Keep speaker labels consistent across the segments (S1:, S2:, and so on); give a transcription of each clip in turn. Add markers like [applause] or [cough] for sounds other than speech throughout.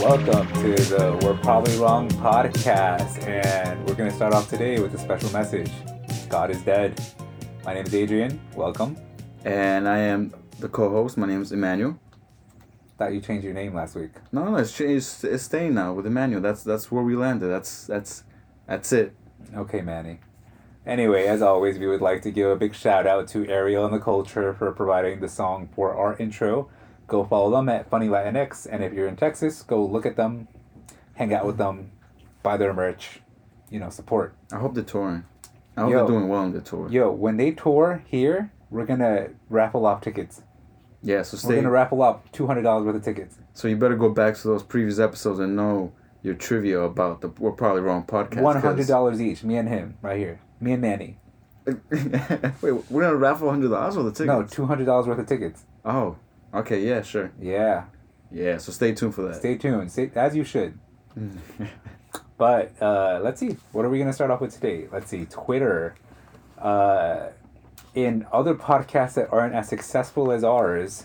S1: Welcome to the We're Probably Wrong podcast, and we're going to start off today with a special message God is dead. My name is Adrian. Welcome.
S2: And I am the co-host. My name is Emmanuel.
S1: Thought you changed your name last week.
S2: No, no, it's, cha- it's, it's staying now with Emmanuel. That's that's where we landed. That's that's that's it.
S1: Okay, Manny. Anyway, as always, we would like to give a big shout out to Ariel and the Culture for providing the song for our intro. Go follow them at Funny Latinx, and if you're in Texas, go look at them, hang out with them, buy their merch, you know, support.
S2: I hope they're touring. I hope
S1: Yo.
S2: they're doing well on the tour.
S1: Yo, when they tour here, we're gonna raffle off tickets.
S2: Yeah. So
S1: We're
S2: stay.
S1: gonna raffle off two hundred dollars worth of tickets.
S2: so you better go back to those previous episodes and know your trivia about the We're Probably Wrong podcast.
S1: One hundred dollars each, me and him, right here. Me and Manny.
S2: [laughs] Wait, we're gonna raffle hundred dollars for the tickets.
S1: No, two hundred dollars worth of tickets.
S2: Oh. Okay. Yeah. Sure.
S1: Yeah.
S2: Yeah. So stay tuned for that. Mm.
S1: Stay tuned. Stay, as you should. But uh, let's see. What are we gonna start off with today? Let's see. Twitter. Uh, in other podcasts that aren't as successful as ours,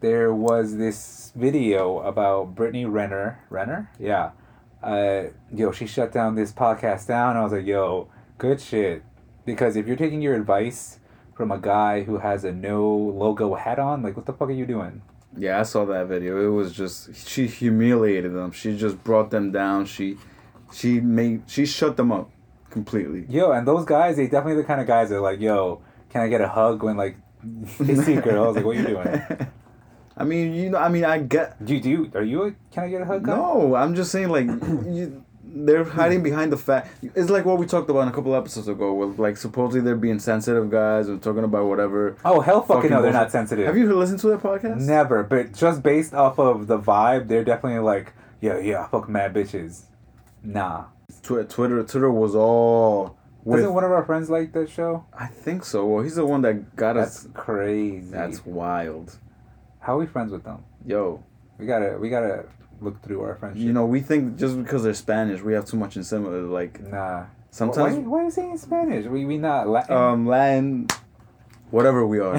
S1: there was this video about Brittany Renner. Renner? Yeah. Uh, yo, she shut down this podcast down. I was like, yo, good shit. Because if you're taking your advice from a guy who has a no logo hat on, like, what the fuck are you doing?
S2: Yeah, I saw that video. It was just she humiliated them. She just brought them down. She she made she shut them up completely.
S1: Yo, and those guys, they definitely the kind of guys that are like, yo, can I get a hug when like [laughs] they see a girl? I was like, what are you doing?
S2: [laughs] I mean, you know, I mean, I get
S1: Do you do? You, are you? A, can I get a hug? guy?
S2: no. I'm just
S1: [clears throat]
S2: saying, like, you, they're hiding behind the fact. It's like what we talked about in a couple episodes ago, with like supposedly they're being sensitive guys and talking about whatever.
S1: Oh hell, fucking no! They're not
S2: bullshit.
S1: sensitive.
S2: Have you listened to that podcast?
S1: Never, but just based off of the vibe, they're definitely like, yeah, yeah, fuck mad bitches. Nah.
S2: Twi- Twitter, Twitter was all with.
S1: Wasn't one of our friends like that show?
S2: I think so. Well, he's the one that got
S1: That's
S2: us.
S1: crazy.
S2: That's wild,
S1: How are we friends with them?
S2: yo.
S1: We gotta, we gotta look through our friendship.
S2: You know, we think just because they're Spanish, we have too much in similar. Like
S1: nah. Why,
S2: sometimes,
S1: why are you saying Spanish? We we not Latin.
S2: um, Latin, whatever we
S1: [laughs]
S2: are,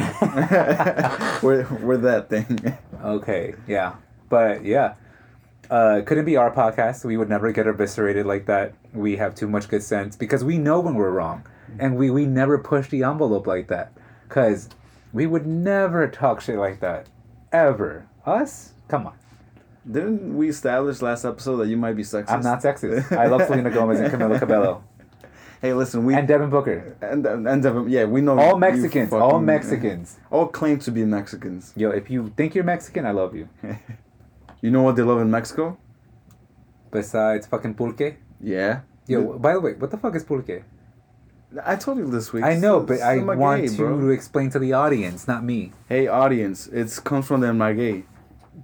S2: we're we're that thing.
S1: Okay, yeah. But yeah. Uh, couldn't be our podcast. We would never get eviscerated like that. We have too much good sense because we know when we're wrong. And we, we never push the envelope like that. Because we would never talk shit like that. Ever. Us? Come on.
S2: Didn't we establish last episode that you might be sexist?
S1: I'm not sexist. I love Selena Gomez and Camila Cabello.
S2: [laughs] Hey, listen, we
S1: And
S2: and
S1: Devin Booker.
S2: and, Devin- yeah, we know
S1: All
S2: you
S1: Mexicans. all
S2: fucking-
S1: Mexicans.
S2: all claim to be Mexicans.
S1: Yo, if you think you're Mexican, I love you.
S2: You know what they love in Mexico?
S1: Besides fucking pulque.
S2: Yeah.
S1: Yo, by the way, what the fuck is pulque?
S2: I told you this week.
S1: I know,
S2: It's
S1: but I
S2: stomach
S1: want
S2: gay,
S1: to
S2: bro.
S1: explain to the audience, not me.
S2: Hey, audience, it's comes from the Magay.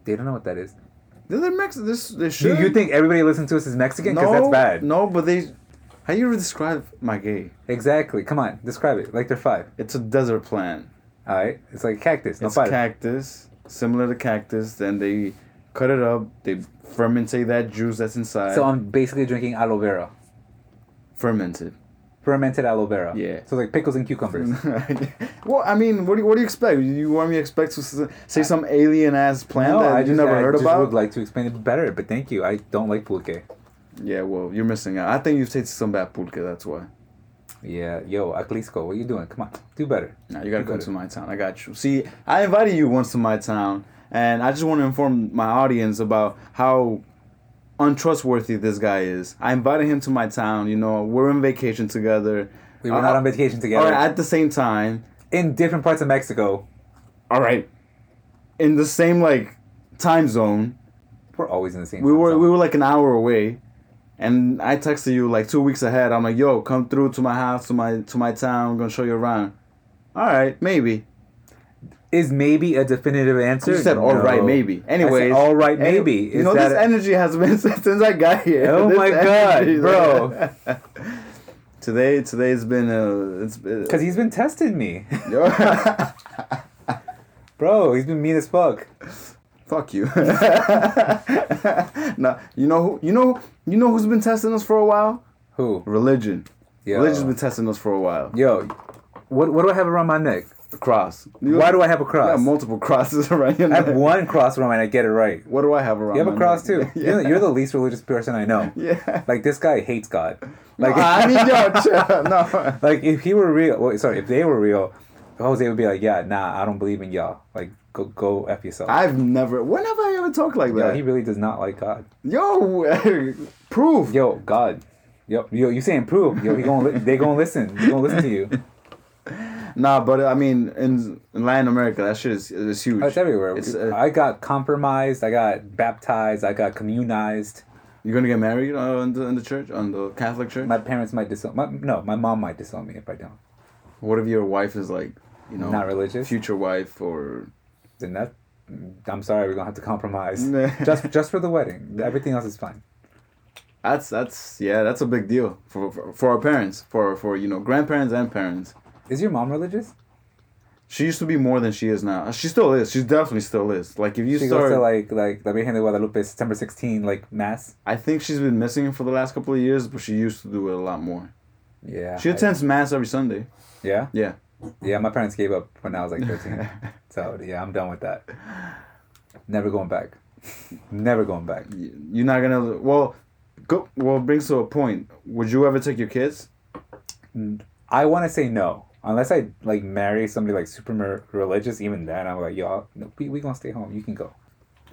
S1: They don't know what that is.
S2: They're Mexican. This they should.
S1: Do you think everybody listening to us is Mexican? Because that's bad.
S2: No, but they. How you describe my gay?
S1: Exactly. Come on, describe it. Like they're five.
S2: It's a desert plant.
S1: All right. It's like a cactus. No
S2: It's
S1: five.
S2: cactus, similar to cactus. Then they cut it up. They fermentate that juice that's inside.
S1: so um, I'm basically drinking aloe vera,
S2: fermented.
S1: fermented aloe vera.
S2: Yeah.
S1: So like pickles and cucumbers.
S2: [laughs] well, I mean, what do you, what do you expect? You want me to expect to s- say some alien ass plant that you never
S1: I
S2: heard
S1: just
S2: about?
S1: would like to explain it better, but thank you. I don't like pulque.
S2: yeah, well, you're missing out. I think you've tasted some bad pulque. That's why.
S1: Yeah. Yo, Aclisco, what are you doing? Come on, do better.
S2: Now you gotta
S1: Do
S2: come
S1: better.
S2: to my town. I got you. See, I invited you once to my town, and I just want to inform my audience about how untrustworthy this guy is. I invited him to my town. You know, we're on vacation together.
S1: We were not
S2: Uh,
S1: on vacation
S2: All
S1: together.
S2: right, at the same time.
S1: in different parts of Mexico,
S2: All right, in the same like time zone.
S1: we're always in the same.
S2: We
S1: time
S2: were
S1: zone.
S2: we were like an hour away, and I texted you like two weeks ahead. I'm like, yo, come through to my house, to my to my town. I'm gonna show you around. All right, maybe.
S1: is maybe a definitive answer.
S2: You said all right,
S1: No.
S2: maybe.
S1: I said,
S2: Anyways,
S1: all right,
S2: any-
S1: maybe.
S2: you
S1: Is
S2: know,
S1: that
S2: this
S1: a-
S2: energy has been [laughs] since I got here.
S1: Oh
S2: This
S1: my God,
S2: energy-
S1: bro.
S2: [laughs] today, today's been a. It's
S1: Because
S2: [laughs] been.
S1: he's been testing me. [laughs]
S2: [laughs]
S1: Bro, he's been mean as fuck.
S2: Fuck you. Now you know who you know you know who's been testing us for a while?
S1: Who?
S2: Religion.
S1: Yo.
S2: Religion's been testing us for a while.
S1: Yo, what what do I have around my neck?
S2: Cross.
S1: Why do I have a
S2: I
S1: cross?
S2: have multiple crosses [laughs] around your
S1: I have
S2: neck.
S1: one cross around my neck. Get it right.
S2: What do I have around?
S1: You have
S2: my
S1: a cross too.
S2: [laughs] neck?
S1: You're, the, you're the least religious person I know.
S2: Yeah.
S1: Like this guy hates God. Like
S2: I mean,
S1: [laughs]
S2: yo, chill. no.
S1: like if he were real, well, sorry, if they were real, Jose would be like, yeah, nah, I don't believe in y'all. Like go go f yourself.
S2: I've never. When have I ever talked like
S1: Yo,
S2: that?
S1: he really does not like God.
S2: Yo, [laughs] proof.
S1: Yo, God. Yo, yo, you saying prove? Yo, he gonna li- they gonna listen. They gonna listen to
S2: [laughs]
S1: you.
S2: Nah, but I mean, in, in Latin America, that shit is, is huge.
S1: Oh, It's everywhere.
S2: It's, uh,
S1: I got compromised. I got baptized. I got communized.
S2: You're gonna get married uh, in, the, in the church, on the Catholic church.
S1: My parents might disown. My, no, my mom might disown me if I don't.
S2: what if your wife is like, you know,
S1: Not religious?
S2: future wife or?
S1: Then that, I'm sorry, we're gonna have to compromise.
S2: Nah.
S1: [laughs] just just for the wedding. Everything else is fine.
S2: That's that's yeah, that's a big deal for for, for our parents, for for you know grandparents and parents.
S1: Is your mom religious?
S2: She used to be more than she is now. Uh, She still is. She definitely still is. Like if you
S1: She
S2: start,
S1: goes to like like La Virgen de Guadalupe September 16 like mass.
S2: I think she's been missing it for the last couple of years, but she used to do it a lot more.
S1: Yeah.
S2: She
S1: I-
S2: attends mass every Sunday.
S1: yeah.
S2: Yeah.
S1: Yeah. My parents gave up when I was like 13. so yeah, I'm done with that. Never going back. Never going back.
S2: Y- You're not gonna well, go well. Brings to a point. Would you ever take your kids?
S1: I want to say no. Unless I like marry somebody like super mer- religious, even then I'm like, y'all, no, we we gonna stay home. You can go.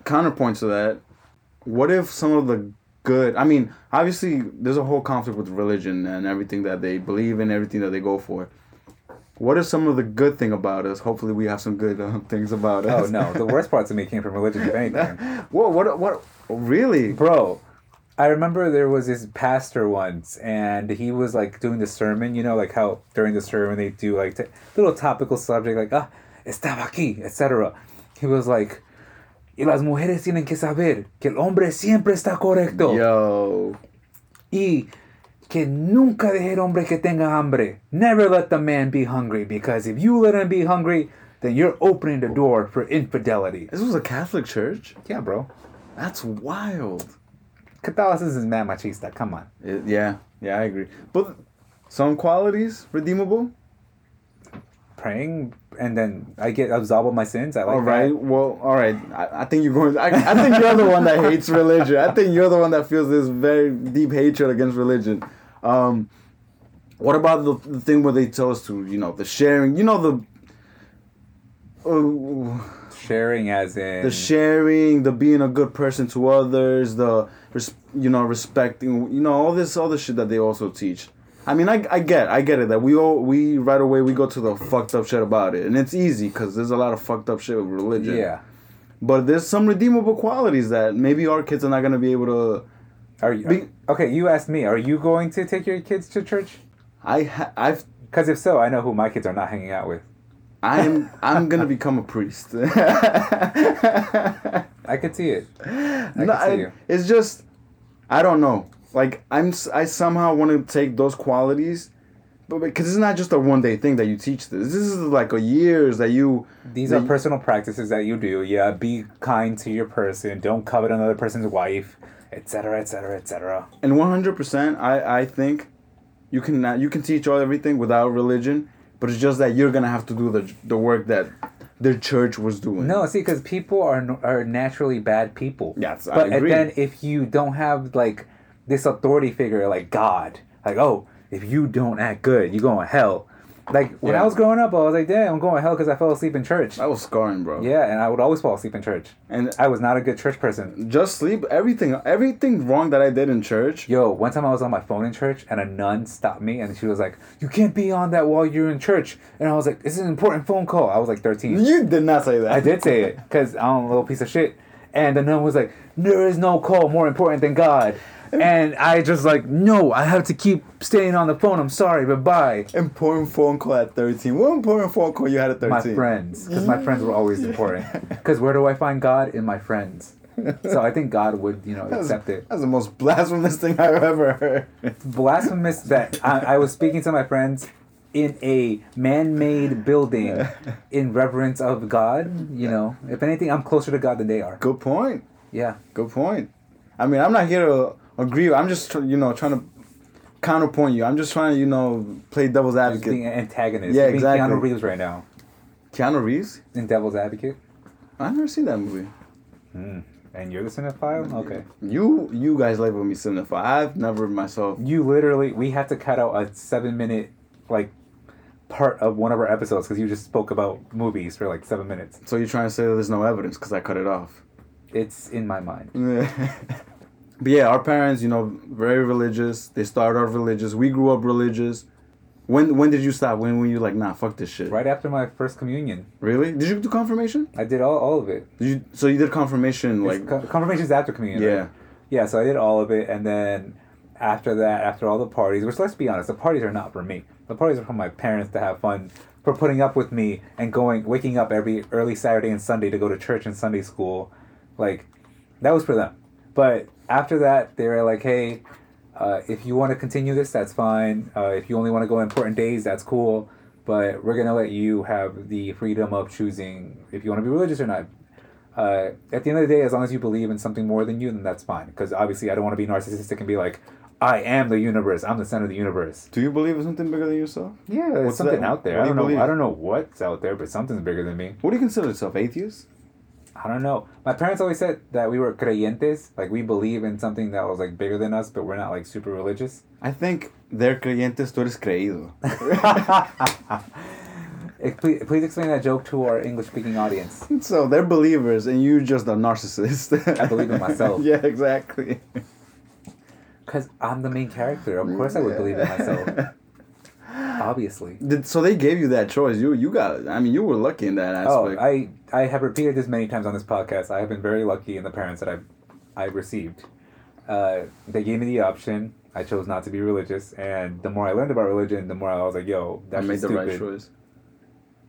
S2: counterpoint to that, what if some of the good? I mean, obviously, there's a whole conflict with religion and everything that they believe in, everything that they go for. What is some of the good thing about us? Hopefully, we have some good um, [laughs] things about
S1: Oh
S2: us.
S1: no, the worst part to me came from religion. If anything,
S2: Whoa! What? What? Really?
S1: bro i remember there was this pastor once and he was like doing the sermon you know like how during the sermon they do like t- little topical subject like ah estaba aquí etc he was like y las mujeres tienen que saber que el hombre siempre está correcto
S2: Yo.
S1: y que nunca deje el hombre que tenga hambre never let the man be hungry because if you let him be hungry then you're opening the door for infidelity
S2: This was a Catholic church.
S1: yeah bro
S2: That's wild.
S1: catholicism is mad machista come on
S2: It- yeah, yeah, I agree. But some qualities redeemable.
S1: praying and then I get absolved of my sins. I like
S2: All Oh, right. Well, all right. I, I think you're going. I, I think you're the one that hates religion. I think you're the one that feels this very deep hatred against religion. Um, what about the, the thing where they tell us to, you know, the sharing? You know the. Oh,
S1: that. Sharing as in
S2: the sharing, the being a good person to others, the res- you know respecting, you know all this other shit that they also teach. I mean, I, I get I get it that we all we right away we go to the fucked up shit about it, and it's easy because there's a lot of fucked up shit with religion.
S1: yeah.
S2: But there's some redeemable qualities that maybe our kids are not gonna be able to.
S1: Are you
S2: Be-
S1: okay? You asked me. Are you going to take your kids to church?
S2: I ha- I've
S1: Because if so, I know who my kids are not hanging out with.
S2: I am I'm gonna become a priest. [laughs] no,
S1: I could see it. I could see
S2: I,
S1: you.
S2: it's just I don't know. Like I'm s- I somehow want to take those qualities, but because it's not just a one day thing that you teach this. This is like a years that you.
S1: These
S2: that
S1: are personal practices that you do. Yeah, be kind to your person. Don't covet another person's wife, etc., etc., etc.
S2: and 100% i i think you can you can teach all everything without religion but it's just that you're gonna have to do the the work that the church was doing
S1: No, see, because people are n- are naturally bad people.
S2: Yes, I
S1: but and
S2: agree.
S1: then if you don't have like this authority figure like God, like oh, if you don't act good, you going to hell. Like when
S2: Yeah.
S1: I was growing up, I was like, damn, I'm going to hell because I fell asleep in church.
S2: that was scarring bro
S1: Yeah, and I would always fall asleep in church.
S2: and
S1: I was not a good church person.
S2: just sleep everything everything wrong that i did in church
S1: Yo, one time I was on my phone in church and a nun stopped me and she was like, "You can't be on that while you're in church." And I was like, "This is an important phone call." I was like 13.
S2: you did not say that
S1: I did say it because I'm a little piece of shit. And the nun was like, "There is no call more important than God." And I just like, no, I have to keep staying on the phone. I'm sorry, but bye,
S2: important phone call at 13 what important phone call you had at 13
S1: my friends, because my friends were always
S2: [laughs]
S1: important. Because where do I find God in my friends? So I think God would, you know,
S2: that's,
S1: accept it.
S2: that's the most blasphemous thing i've ever heard
S1: Blasphemous that I, I was speaking to my friends in a man-made building
S2: [laughs]
S1: in reverence of God. You know, if anything, I'm closer to God than they are.
S2: good point
S1: Yeah.
S2: good point I mean, I'm not here to agree. I'm just tr- you know trying to counterpoint you. I'm just trying to you know play devil's
S1: Just being
S2: advocate.
S1: an antagonist.
S2: Yeah,
S1: You're being
S2: exactly.
S1: Keanu Reeves right now
S2: Keanu Reeves?
S1: in Devil's Advocate,
S2: I've never seen that movie.
S1: and you're the cinephile. Okay.
S2: You you guys label me cinephile. I've never myself.
S1: You literally, we had to cut out a seven-minute like part of one of our episodes because you just spoke about movies for like seven minutes.
S2: So you're trying to say that there's no evidence because I cut it off.
S1: It's in my mind.
S2: [laughs] but yeah, our parents, you know, very religious. They started off religious. We grew up religious. When when did you stop? When were you like, nah, fuck this shit?
S1: Right after my first communion,
S2: Really? Did you do confirmation?
S1: I did all, all of it.
S2: Did you so you did confirmation like
S1: Like confirmations after communion. right?
S2: yeah.
S1: Yeah, so I did all of it, and then after that, after all the parties, which let's be honest, the parties are not for me. The parties are for my parents to have fun, for putting up with me and going, waking up every early Saturday and Sunday to go to church and Sunday school. Like, that was for them. But after that, they were like, hey, uh, if you want to continue this, that's fine. Uh, if you only want to go on important days, that's cool. But we're going to let you have the freedom of choosing if you want to be religious or not uh, at the end of the day, as long as you believe in something more than you, then that's fine. Because obviously, I don't want to be narcissistic and be like, I am the universe. I'm the center of the universe.
S2: Do you believe in something bigger than yourself?
S1: Yeah, there's
S2: What's
S1: something
S2: that?
S1: out there.
S2: What
S1: I
S2: do
S1: don't
S2: you
S1: know.
S2: believe?
S1: I don't know what's out there, but something's bigger than me.
S2: What do you consider yourself? Atheist?
S1: I don't know. My parents always said that we were creyentes, like we believe in something that was like bigger than us, but we're not like super
S2: [laughs]
S1: religious.
S2: I think they're creyentes, tú eres
S1: [laughs]
S2: creído.
S1: Eh, Please, please explain that joke to our English speaking audience.
S2: so they're believers and you're just a narcissist.
S1: I believe in myself.
S2: [laughs] yeah, exactly.
S1: Because I'm the main character. Of course, I would believe in myself. Obviously.
S2: [laughs] Did, so they gave you that choice. You you got I mean you were lucky in that
S1: Oh,
S2: aspect.
S1: I, I have repeated this many times on this podcast. I have been very lucky in the parents that I've, I've received. Uh, they gave me the option. I chose not to be religious, and the more I learned about religion, the more I was like, "Yo,
S2: I
S1: that's
S2: made the
S1: stupid."
S2: right choice.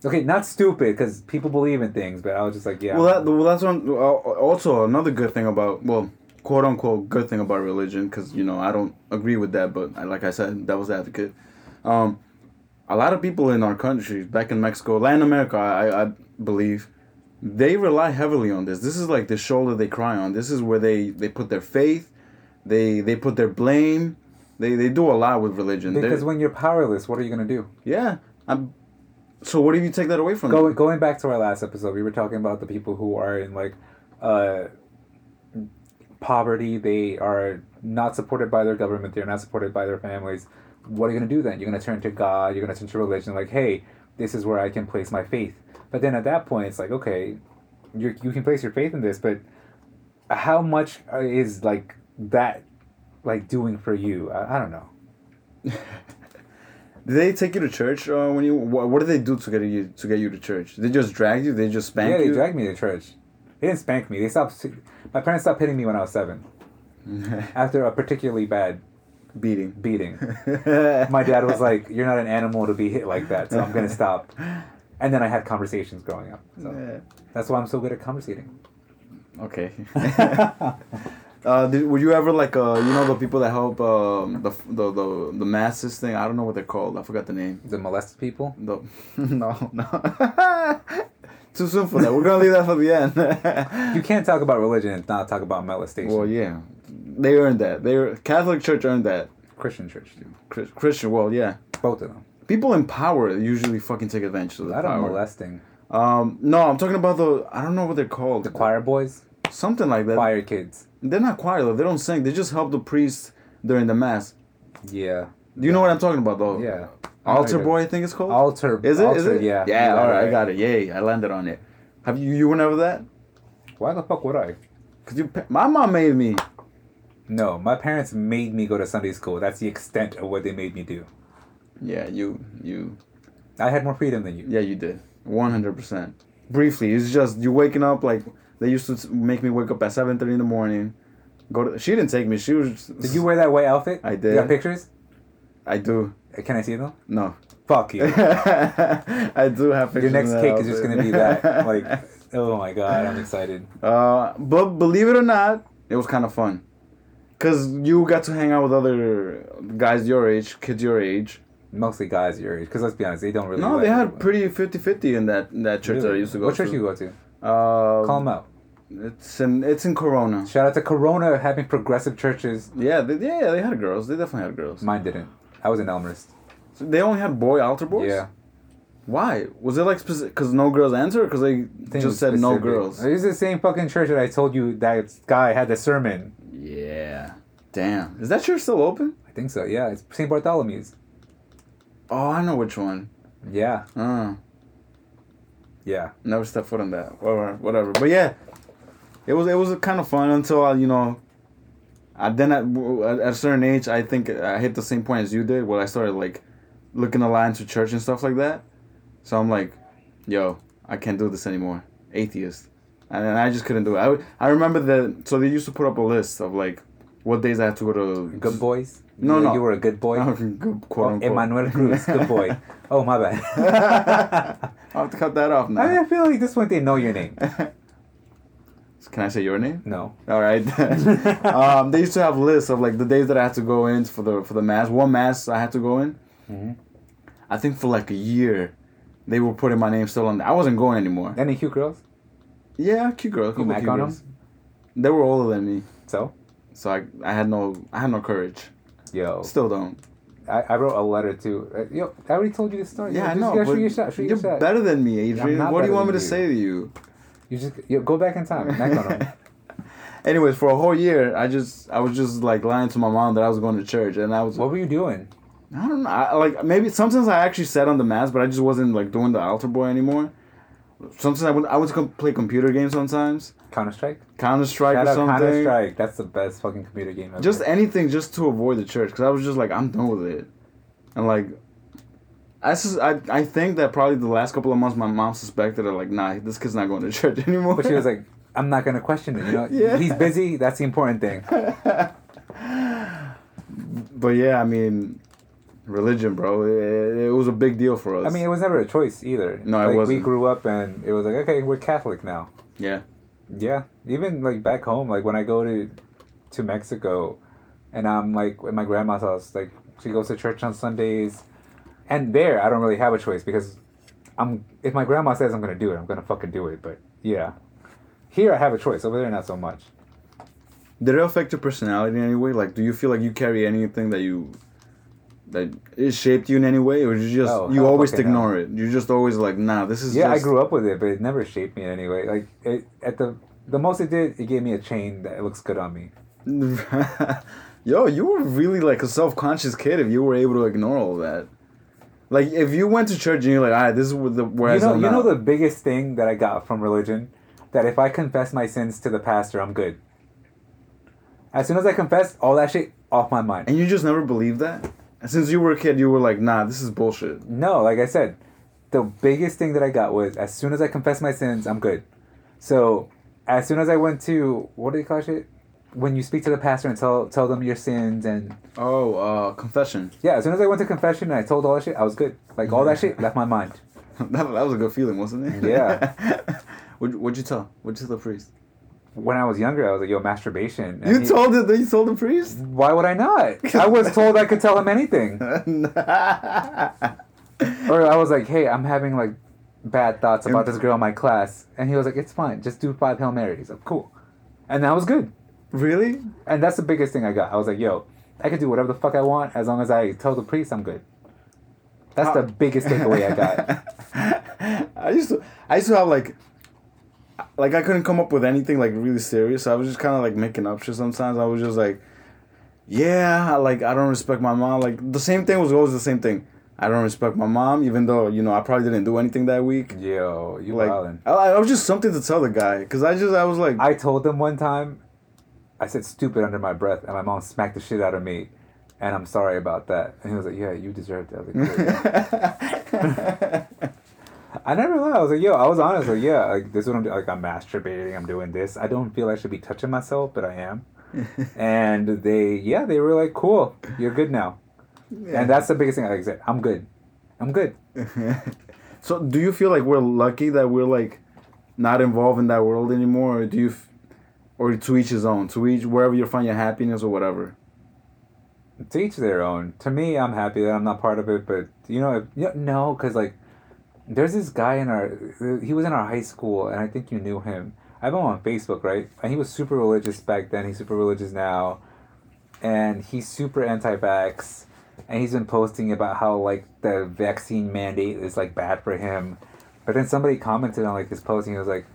S1: Okay, not stupid because people believe in things, but I was just like, "Yeah."
S2: Well, that, well, that's one. uh, Also, another good thing about well, quote unquote, good thing about religion, because you know I don't agree with that, but I, like I said, devil's advocate. Um, a lot of people in our country, back in Mexico, Latin America, I, I believe, they rely heavily on this. This is like the shoulder they cry on. This is where they they put their faith, they they put their blame. They, they do a lot with religion. They're-
S1: because when you're powerless, what are you gonna do?
S2: yeah, I'm. So what do you take that away from?
S1: Going
S2: them?
S1: going back to our last episode, we were talking about the people who are in like uh, poverty. They are not supported by their government. They're not supported by their families. What are you gonna do then? You're gonna turn to God. You're gonna turn to religion. Like, hey, this is where I can place my faith. But then at that point, it's like, okay, you you can place your faith in this, but how much is like that like doing for you? I, I don't know.
S2: Did they take you to church uh, when you? What, what did they do to get you to get you to church? They just dragged you. They just spanked
S1: yeah, they
S2: you.
S1: dragged me to church. They didn't spank me. They stopped. My parents stopped hitting me when I was
S2: [laughs]
S1: seven. after a particularly bad [laughs]
S2: Beating. [laughs]
S1: beating, my dad was like, "You're not an animal to be hit like that, so I'm
S2: [laughs]
S1: gonna stop." And then I had conversations growing up. So
S2: Yeah.
S1: that's why I'm so good at conversating.
S2: Okay. [laughs] uh, did, were you ever like uh, you know the people that help um, the, the the the masses thing? I don't know what they're called. I forgot the name.
S1: The molested people.
S2: The [laughs] no no. [laughs] Too soon for that. We're gonna leave that for the end. [laughs]
S1: You can't talk about religion and not talk about molestation.
S2: well, yeah, they earned that. They ear- Catholic Church earned that.
S1: Christian church, dude.
S2: Chris- Christian, well, yeah.
S1: Both of them.
S2: People in power usually fucking take advantage
S1: A
S2: of the
S1: lot of
S2: power.
S1: molesting.
S2: Um, no, I'm talking about the. I don't know what they're called.
S1: The choir boys,
S2: Something like that.
S1: choir kids.
S2: They're not choir though. They don't sing. They just help the priest during the mass.
S1: Yeah.
S2: Do you know what I'm talking about though?
S1: Yeah.
S2: Altar boy, I think it's called.
S1: Altar.
S2: is it?
S1: Altar,
S2: Is it?
S1: Yeah. You
S2: Yeah.
S1: got
S2: All
S1: it
S2: right, I got it. Yay! I landed on it. Have you you went over that?
S1: Why the fuck would I?
S2: Cause you, pa- my mom made me.
S1: No, my parents made me go to Sunday school. That's the extent of what they made me do.
S2: Yeah, you you.
S1: I had more freedom than you.
S2: Yeah, you did. One hundred percent. Briefly, it's just you waking up like they used to s- make me wake up at seven thirty in the morning. Go to. She didn't take me. She was.
S1: Did you wear that white outfit?
S2: I
S1: You
S2: did.
S1: got pictures?
S2: I do.
S1: Uh, Can I see them?
S2: No.
S1: Fuck you.
S2: [laughs] I do have
S1: Your
S2: pictures.
S1: next
S2: of
S1: cake is just
S2: outfit. [laughs]
S1: gonna be that. Like, oh my god, I'm excited.
S2: Uh, but believe it or not, it was kind of fun, cause you got to hang out with other guys your age, kids your age.
S1: Mostly guys your age, because let's be honest, they don't really.
S2: No,
S1: like
S2: they
S1: everyone.
S2: had pretty 50-50 in that in that church that I used to go.
S1: What church
S2: to.
S1: you go to?
S2: Uh,
S1: Call them out.
S2: It's in it's in Corona.
S1: Shout out to Corona having progressive churches.
S2: Yeah, they, yeah, yeah, they had girls. They definitely had girls.
S1: Mine didn't. I was an Elmerist.
S2: So they only had boy altar boys.
S1: Yeah.
S2: Why was it like specific? Because no girls answered. Because they
S1: Thing
S2: just
S1: was
S2: said no
S1: specific.
S2: girls.
S1: It's the same fucking church that I told you that guy had the sermon.
S2: Yeah. Damn. Is that church still open?
S1: I think so. Yeah, it's St. Bartholomew's.
S2: Oh, I know which one.
S1: Yeah,
S2: Uh,
S1: yeah.
S2: never step foot on that. Whatever, whatever. But yeah, it was it was kind of fun until I, you know, I then at, at a certain age, I think I hit the same point as you did, where I started like looking aligned to church and stuff like that. So I'm like, yo, I can't do this anymore. Atheist. And then I just couldn't do it. I, w- I remember that. So they used to put up a list of like what days I had to go to.
S1: Good boys.
S2: No,
S1: you,
S2: no.
S1: You were a good boy. Oh,
S2: Good, [laughs] quote unquote.
S1: Emmanuel Cruz, good boy. Oh my bad.
S2: [laughs] I'll have to cut that off
S1: [laughs]
S2: now.
S1: I mean, I feel like this point they know your
S2: [laughs]
S1: name.
S2: Can I say your name?
S1: No.
S2: All right. [laughs] um, they used to have lists of like the days that I had to go in for the for the mass. One mass I had to go in.
S1: Mhm.
S2: Mm-hmm. I think for like a year, they were putting my name still on. there. I wasn't going anymore.
S1: Any cute girls?
S2: Yeah, cute girl. a
S1: You
S2: couple
S1: mac
S2: cute
S1: on them?
S2: girls. They were older than me,
S1: So,
S2: so I I had no I had no courage.
S1: yo,
S2: Still don't.
S1: I, I wrote a letter to. Uh, yo, I already told you this story.
S2: Yeah,
S1: yo,
S2: I
S1: just
S2: know.
S1: gotta
S2: but
S1: shoot your shot. Shoot
S2: you're
S1: your shot.
S2: better than me, Adrian.
S1: not
S2: What do you
S1: better
S2: want me
S1: than
S2: to
S1: you.
S2: say to you?
S1: You just yo, go back in time. Mac on
S2: [laughs]
S1: them.
S2: Anyways, for a whole year, I just I was just like lying to my mom that I was going to church, and I was
S1: What were you doing?
S2: I don't know. I, like maybe sometimes I actually sat on the mass, but I just wasn't like doing the altar boy anymore. Sometimes I would I would com- play computer games sometimes,
S1: Counter Strike.
S2: Counter Strike
S1: Shout
S2: or
S1: out Counter
S2: something.
S1: Strike. That's the best fucking computer game ever.
S2: Just anything, just to avoid the church, because I was just like I'm done with it, and like. I, sus- I, I think that probably the last couple of months my mom suspected that like nah this kid's not going to [laughs] church anymore.
S1: but she was like, I'm not gonna question it. You know,
S2: [laughs] Yeah.
S1: he's busy. That's the important thing.
S2: but yeah, I mean, religion, bro, it, it was a big deal for us.
S1: I mean, it was never a choice either.
S2: No, it
S1: like, We
S2: wasn't.
S1: grew up and it was like, okay, we're Catholic now.
S2: yeah,
S1: Yeah, even like back home, like when I go to to Mexico, and I'm like at my grandma's house, like she goes to church on Sundays, and there I don't really have a choice because I'm if my grandma says I'm gonna do it, I'm gonna fucking do it. But yeah, here I have a choice. Over there, not so much.
S2: Did it affect your personality in any way? Like, do you feel like you carry anything that you that it shaped you in any way, or you just
S1: Oh,
S2: you
S1: hell
S2: always
S1: fucking
S2: ignore it? You just always like, nah, this is
S1: Yeah, I
S2: just-
S1: grew up with it, but it never shaped me in any way. Like it at the the most it did, it gave me a chain that looks good on me.
S2: [laughs] Yo, you were really like a self conscious kid if you were able to ignore all that. Like, if you went to church and you're like, all right, this is where the where
S1: You know,
S2: I
S1: you know the biggest thing that I got from religion, that if I confess my sins to the pastor, I'm good. As soon as I confess, all that shit off my mind.
S2: and you just never believed that. And since you were a kid, you were like, nah, this is bullshit.
S1: No, like I said, the biggest thing that I got was as soon as I confess my sins, I'm good. So as soon as I went to what do you call shit? When you speak to the pastor and tell tell them your sins and
S2: Oh, uh, confession. [laughs]
S1: yeah, as soon as I went to confession and I told all that shit, I was good. Like all that shit left my mind.
S2: that, that was a good feeling, wasn't it?
S1: Yeah.
S2: what [laughs] what'd you tell? What'd you tell the priest?
S1: When I was younger, I was like, yo, masturbation. And
S2: You
S1: he-
S2: told it. You told the priest. [laughs]
S1: Why would I not? I was told I could tell him anything. Or I was like, hey, I'm having like bad thoughts about this girl in my class. And he was like, it's fine. Just do five Hail Marys. I'm cool. And that was good.
S2: really?
S1: And that's the biggest thing I got. I was like, yo, I could do whatever the fuck I want as long as I tell the priest I'm good. That's the biggest takeaway I got.
S2: got. I used to. I used to have like. Like I couldn't come up with anything like really serious. So I was just kind of like making up shit sometimes. I was just like, yeah, I, like I don't respect my mom. Like the same thing was always the same thing. I don't respect my mom, even though you know I probably didn't do anything that week.
S1: Yo, you
S2: Like
S1: wildin'.
S2: I, I was just something to tell the guy because I just I was like
S1: I told them one time, I said stupid under my breath, and my mom smacked the shit out of me, and I'm sorry about that. And he was like, yeah, you deserved it. I was like, "Great."
S2: [laughs]
S1: I never lied. I was like, yo, I was honest. Like, yeah, like this is what I'm doing. Like, I'm masturbating. I'm doing this. I don't feel I should be touching myself, but I am. [laughs] and they, yeah, they were like, cool, you're good now. And that's the biggest thing. Like I said, I'm good. I'm good.
S2: [laughs] So, do you feel like we're lucky that we're like not involved in that world anymore, or do you, f- or to each his own, to each wherever you find your happiness or whatever?
S1: to each their own. To me, I'm happy that I'm not part of it, but you know, if, yeah, no, because like, there's this guy in our, he was in our high school, and I think you knew him. I have him on Facebook, right? And he was super religious back then. He's super religious now, and he's super anti-vax. And he's been posting about how like the vaccine mandate is like bad for him. But then somebody commented on like his post, and he was like,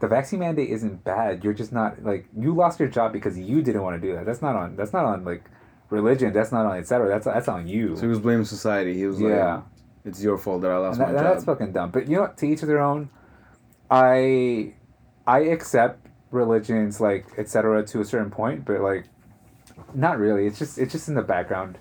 S1: "The vaccine mandate isn't bad. You're just not like you lost your job because you didn't want to do that. That's not on. That's not on like." Religion. That's not on etc. That's that's on you.
S2: So he was blaming society. He was
S1: Yeah.
S2: like, "It's your fault that I lost
S1: And that-
S2: my job."
S1: That's fucking dumb. But you know, what? to each of their own. I I accept religions like etc. to a certain point, but like not really. It's just it's just in the background.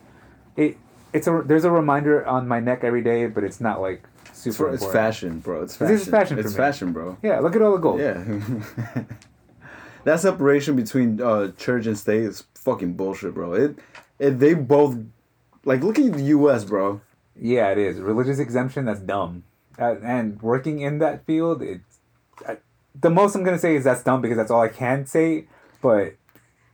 S1: It it's a there's a reminder on my neck every day, but it's not like super
S2: It's, for- it's
S1: important.
S2: fashion, bro. It's fashion.
S1: This is fashion for
S2: It's
S1: me.
S2: fashion, bro.
S1: Yeah, look at all the gold.
S2: Yeah. [laughs] that separation between uh, church and state is fucking bullshit, bro. It, it they both like look at the U.S., bro.
S1: Yeah, it is religious exemption. That's dumb. Uh, and working in that field, it's I, the most I'm gonna say is that's dumb because that's all I can say. But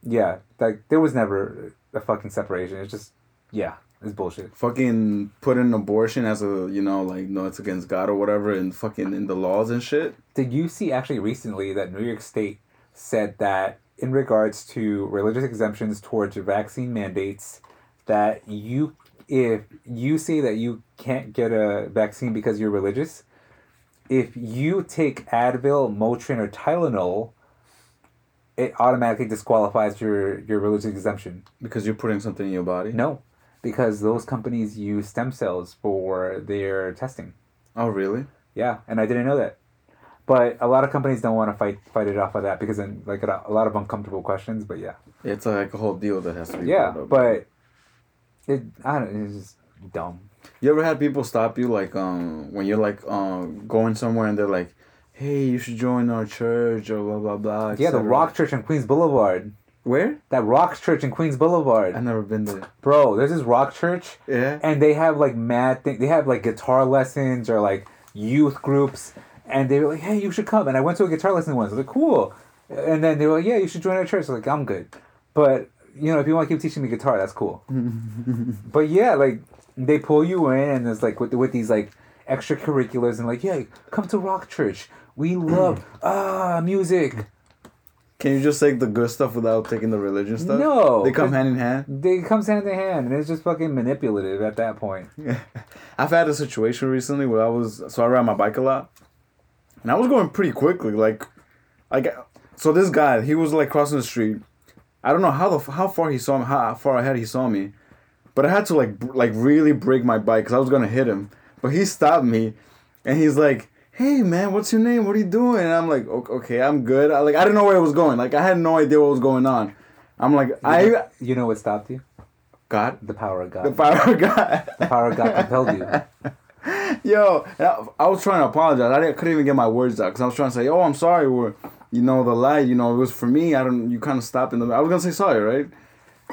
S1: yeah, like there was never a fucking separation. It's just yeah, it's bullshit.
S2: Fucking put in abortion as a you know like no, it's against God or whatever, and fucking in the laws and shit.
S1: Did you see actually recently that New York State said that in regards to religious exemptions towards vaccine mandates, that you if you say that you can't get a vaccine because you're religious, if you take Advil, Motrin, or Tylenol, it automatically disqualifies your your religious exemption.
S2: Because you're putting something in your body.
S1: No, because those companies use stem cells for their testing.
S2: Oh really?
S1: Yeah, and I didn't know that. But a lot of companies don't want to fight fight it off of that because then like a a lot of uncomfortable questions. But yeah,
S2: It's like a whole deal that has to be.
S1: yeah,
S2: brought up.
S1: but it I don't. It's just dumb.
S2: You ever had people stop you like um when you're like um going somewhere and they're like, hey, you should join our church or blah blah blah. et
S1: Yeah, the
S2: cetera."
S1: Rock Church in Queens Boulevard.
S2: Where?
S1: That Rock Church in Queens
S2: I've
S1: Boulevard,
S2: never been there.
S1: bro. There's this Rock Church,
S2: Yeah.
S1: and they have like mad thing. They have like guitar lessons or like youth groups, and they were like, "Hey, you should come." And I went to a guitar lesson once. I was like, "Cool," and then they were like, "Yeah, you should join our church." I was like, "I'm good," but you know, if you want to keep teaching me guitar, that's
S2: [laughs]
S1: cool. but yeah, like they pull you in, and it's like with with these like extracurriculars, and like, "Yeah, come to Rock Church. We
S2: [clears throat]
S1: love ah music."
S2: Can you just take the good stuff without taking the religion stuff?
S1: No,
S2: They come
S1: 'cause-
S2: hand in hand.
S1: They it comes hand in hand, and it's just fucking manipulative at that point.
S2: I've had a situation recently where I was so I ride my bike a lot, and I was going pretty quickly. Like, like so this guy he was like crossing the street. I don't know how the f- how far he saw me, how far ahead he saw me, but I had to like br- like really brake my bike because I was gonna hit him. But he stopped me, and he's like, "Hey man, what's your name? What are you doing?" And I'm like, "O- "Okay, I'm good." I, like I didn't know where it was going. Like I had no idea what was going on. I'm like, I
S1: you know what stopped you?
S2: God, [laughs]
S1: The power of God.
S2: the power of God.
S1: The power of God compelled you. [laughs]
S2: Yo, and I, I was trying to apologize. I didn't, couldn't even get my words out because I was trying to say, "Oh, I'm sorry." We're, you know, the lie. You know, it was for me. I don't. You kind of stopped in the. I was gonna say sorry, right?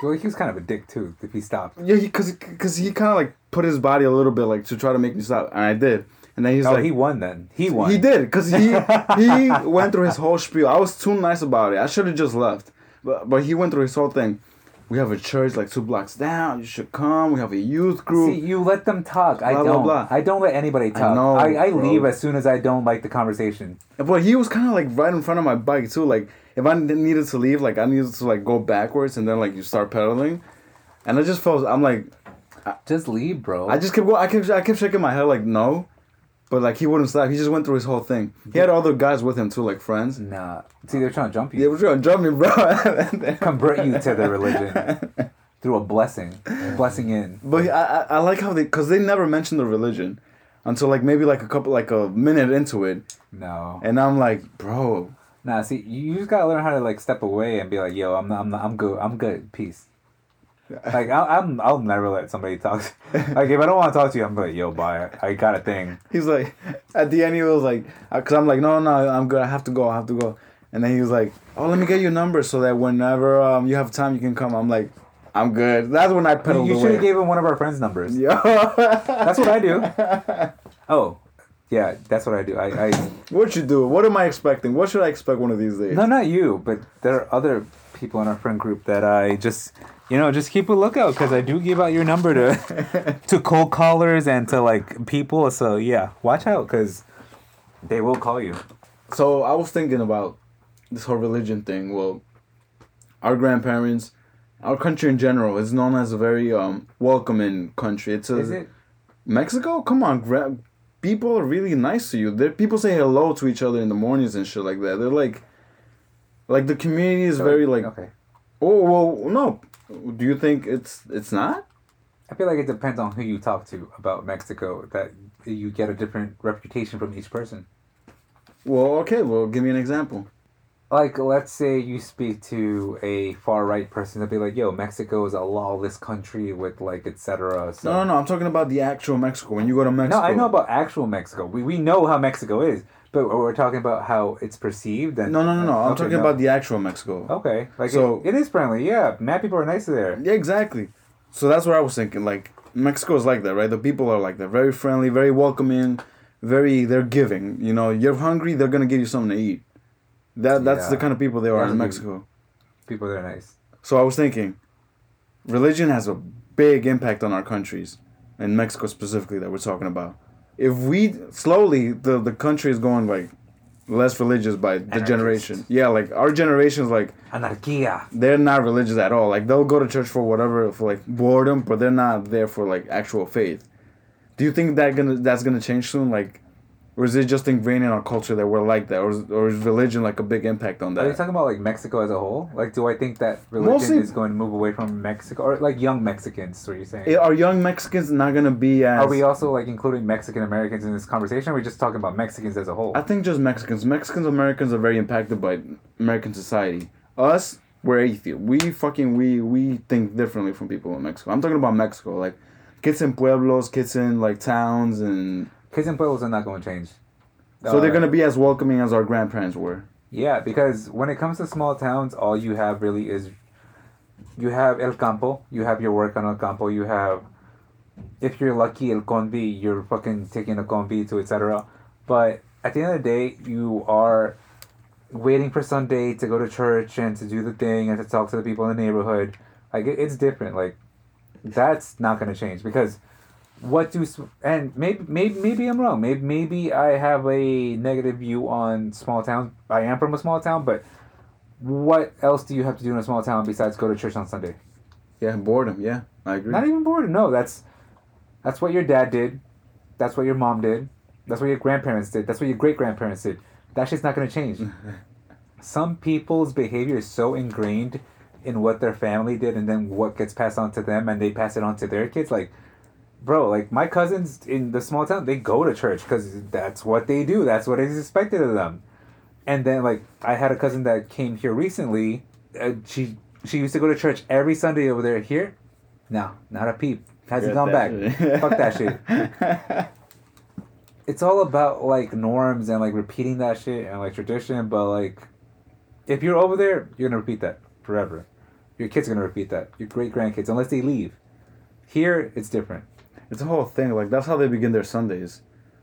S1: Well, he was kind of a dick too. If he stopped,
S2: Yeah, because because he kind of like put his body a little bit like to try to make me stop, and I did. And then he's
S1: oh,
S2: like,
S1: he won then. He won.
S2: He did
S1: [laughs]
S2: because he he went through his whole spiel. I was too nice about it. I should have just left, but but he went through his whole thing. We have a church like two blocks down. You should come. We have a youth group.
S1: See, you let them talk. I
S2: Blah, blah,
S1: don't.
S2: blah.
S1: I don't let anybody talk. I
S2: know,
S1: I,
S2: bro.
S1: leave as soon as I don't like the conversation.
S2: But he was kind of like right in front of my bike too. Like if I n- needed to leave, like I needed to like go backwards and then like you start pedaling, and I just felt I'm like
S1: Just leave, bro.
S2: I just kept going. I kept I kept shaking my head like no, but like he wouldn't stop. He just went through his whole thing. He had other guys with him too, like friends.
S1: nah. See, they're trying to jump you.
S2: They were trying to jump me, bro.
S1: [laughs]
S2: [laughs]
S1: Convert you to the religion through a blessing. Blessing in.
S2: but he- I, I I like how they because they never mentioned the religion until like maybe like a couple like a minute into it,
S1: No.
S2: and I'm like, bro,
S1: Nah. See, you just gotta learn how to like step away and be like, yo, I'm, I'm, I'm good. I'm good. Peace. Like I, I'm, I'll never let somebody talk. Like if I don't want to [laughs] talk to you, I'm like, yo, bye. I got a thing.
S2: He's like, at the end, he was like, because I'm like, no, no, I'm good. I have to go. I have to go. And then he was like, oh, let me get your number so that whenever um, you have time, you can come. I'm like, I'm good. That's when I pedaled
S1: You should
S2: away.
S1: have gave him one of our friends' numbers.
S2: [laughs] Yo,
S1: That's what I do. Oh, yeah, that's what I do. I, I
S2: what you do? What am I expecting? What should I expect one of these days?
S1: no, not you, but there are other people in our friend group that I just, you know, just keep a lookout because I do give out your number to to cold callers and to like people. So yeah, watch out because they will call you.
S2: So I was thinking about this whole religion thing. Well, our grandparents, our country in general is known as a very um, welcoming country. It's a,
S1: Is it?
S2: Mexico? Come on, gra- people are really nice to you. There, people say hello to each other in the mornings and shit like that. They're like, like the community is
S1: So-
S2: very like.
S1: Okay.
S2: Oh well, no. Do you think it's it's not?
S1: I feel like it depends on who you talk to about Mexico. That you get a different reputation from each person.
S2: Well, okay. Well, give me an example.
S1: Like, let's say you speak to a far right person, they'll be like, "Yo, Mexico is a lawless country with like etc." So.
S2: No, no, no. I'm talking about the actual Mexico. When you go to Mexico.
S1: No, I know about actual Mexico. We, we know how Mexico is, but we're talking about how it's perceived. And,
S2: No, no, no, no. I'm
S1: Okay,
S2: talking
S1: no.
S2: about the actual Mexico.
S1: Okay, like
S2: So-
S1: it, it is friendly. Yeah, mad people are nice there.
S2: Yeah, exactly. So that's what I was thinking. Like Mexico is like that, right? The people are like that. Very friendly, very welcoming, very they're giving. You know, you're hungry, they're gonna give you something to eat. That that's the
S1: Yeah.
S2: kind of people they are
S1: Yeah.
S2: in Mexico.
S1: People there are nice.
S2: So I was thinking, religion has a big impact on our countries, and Mexico specifically that we're talking about. If we slowly the the country is going like less religious by the
S1: Anarchist.
S2: generation. Yeah, like our generation's like
S1: Anarchía.
S2: they're not religious at all. Like they'll go to church for whatever, for like boredom, but they're not there for like actual faith. Do you think that gonna that's gonna change soon? Like, or is it just ingrained in our culture that we're like that, or is, or is religion like a big impact on
S1: Are you
S2: that?
S1: talking about like Mexico as a whole? Like, do I think that religion
S2: Mostly-
S1: is going to move away from Mexico or like young Mexicans? What are you saying?
S2: Are young Mexicans not gonna be as?
S1: are we also like including Mexican Americans in this conversation? Or are we just talking about Mexicans as a whole?
S2: I think just Mexicans. Mexicans Americans are very impacted by American society. Us, we're atheist. We fucking we we think differently from people in Mexico. I'm talking about Mexico, like kids in pueblos, kids in like towns and.
S1: Kids and pueblos are not going to change.
S2: So they're
S1: Uh,
S2: gonna be as welcoming as our grandparents were.
S1: Yeah, because when it comes to small towns, all you have really is you have El Campo, you have your work on El Campo, you have if you're lucky El Combi, you're fucking taking a combi to etc. But at the end of the day, you are waiting for Sunday to go to church and to do the thing and to talk to the people in the neighborhood. Like it, it's different. Like that's not gonna change because what do s- and maybe maybe maybe I'm wrong. Maybe maybe I have a negative view on small towns. I am from a small town, but what else do you have to do in a small town besides go to church on Sunday?
S2: Yeah, boredom. Yeah, I agree.
S1: Not even bored. No, that's that's what your dad did. That's what your mom did. That's what your grandparents did. That's what your great grandparents did. That shit's not gonna change. Some people's behavior is so ingrained in what their family did and then what gets passed on to them and they pass it on to their kids. Like, bro, like my cousins in the small town, they go to church because that's what they do. That's what is expected of them. And then like I had a cousin that came here recently. Uh, she she used to go to church every Sunday over there. Here, no, not a peep. Hasn't gone back. Fuck
S2: [laughs]
S1: that shit.
S2: shit.
S1: It's all about like norms and like repeating that shit and like tradition. But like, if you're over there, you're gonna repeat that forever. Your kids are gonna repeat that. Your great grandkids, unless they leave. Here, it's different.
S2: it's a whole thing. Like that's how they begin their Sundays.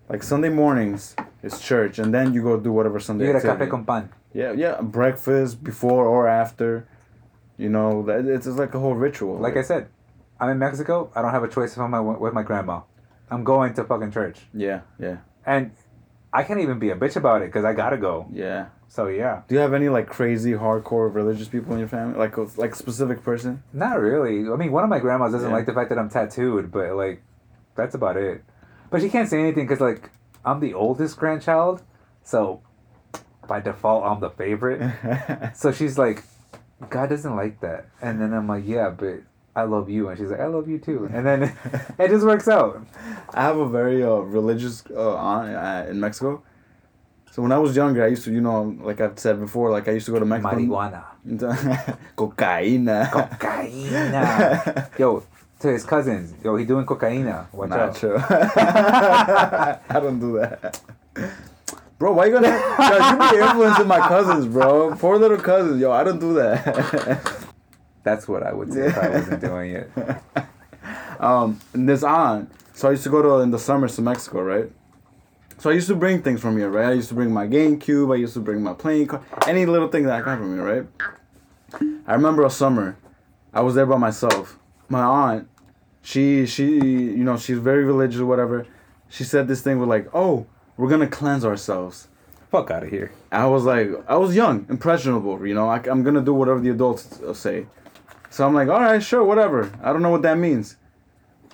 S2: Like Sunday mornings is church, and then you go do whatever Sunday.
S1: You get a
S2: activity.
S1: café con pan.
S2: yeah, yeah, breakfast before or after. You know, that it's, it's like a whole ritual.
S1: Like I said, I'm in Mexico. I don't have a choice if I'm my, with my grandma. I'm going to fucking church,
S2: yeah, yeah,
S1: and I can't even be a bitch about it because I gotta go.
S2: yeah.
S1: So yeah.
S2: Do you have any like crazy hardcore religious people in your family? Like a- like specific [laughs] person?
S1: Not really. I mean, one of my grandmas doesn't
S2: Yeah.
S1: like the fact that I'm tattooed, but like, that's about it. But she can't say anything because like I'm the oldest grandchild, so by default I'm the
S2: [laughs]
S1: favorite. so she's like, God doesn't like that, and then I'm like, yeah, but I love you, and she's like, I love you too, and then [laughs] it just works out.
S2: I have a very uh, religious uh, aunt uh, in Mexico. So when I was younger, I used to, you know, like I've said before, like I used to go to Mexico. [laughs]
S1: Marijuana,
S2: Cocaína. [laughs]
S1: cocaína. [laughs] yo, to his cousins, yo, he doing cocaína. Watch out.
S2: [laughs] Nacho. I don't do that. Bro, why you gonna yo, you be influencing my cousins, bro? Poor little cousins, yo. I don't do that. [laughs]
S1: That's what I would say if I wasn't doing it.
S2: um, and this aunt. So I used to go to in the summers to Mexico, right? So I used to bring things from here, right? I used to bring my GameCube. I used to bring my playing card. Any little thing that I got from here, right? I remember a summer, I was there by myself. My aunt, she she you know she's very religious or whatever. She said this thing with like, oh, we're gonna cleanse ourselves.
S1: fuck out of here.
S2: I was like, I was young, impressionable, you know. I, am gonna do whatever the adults uh, say. So I'm like, all right, sure, whatever. I don't know what that means.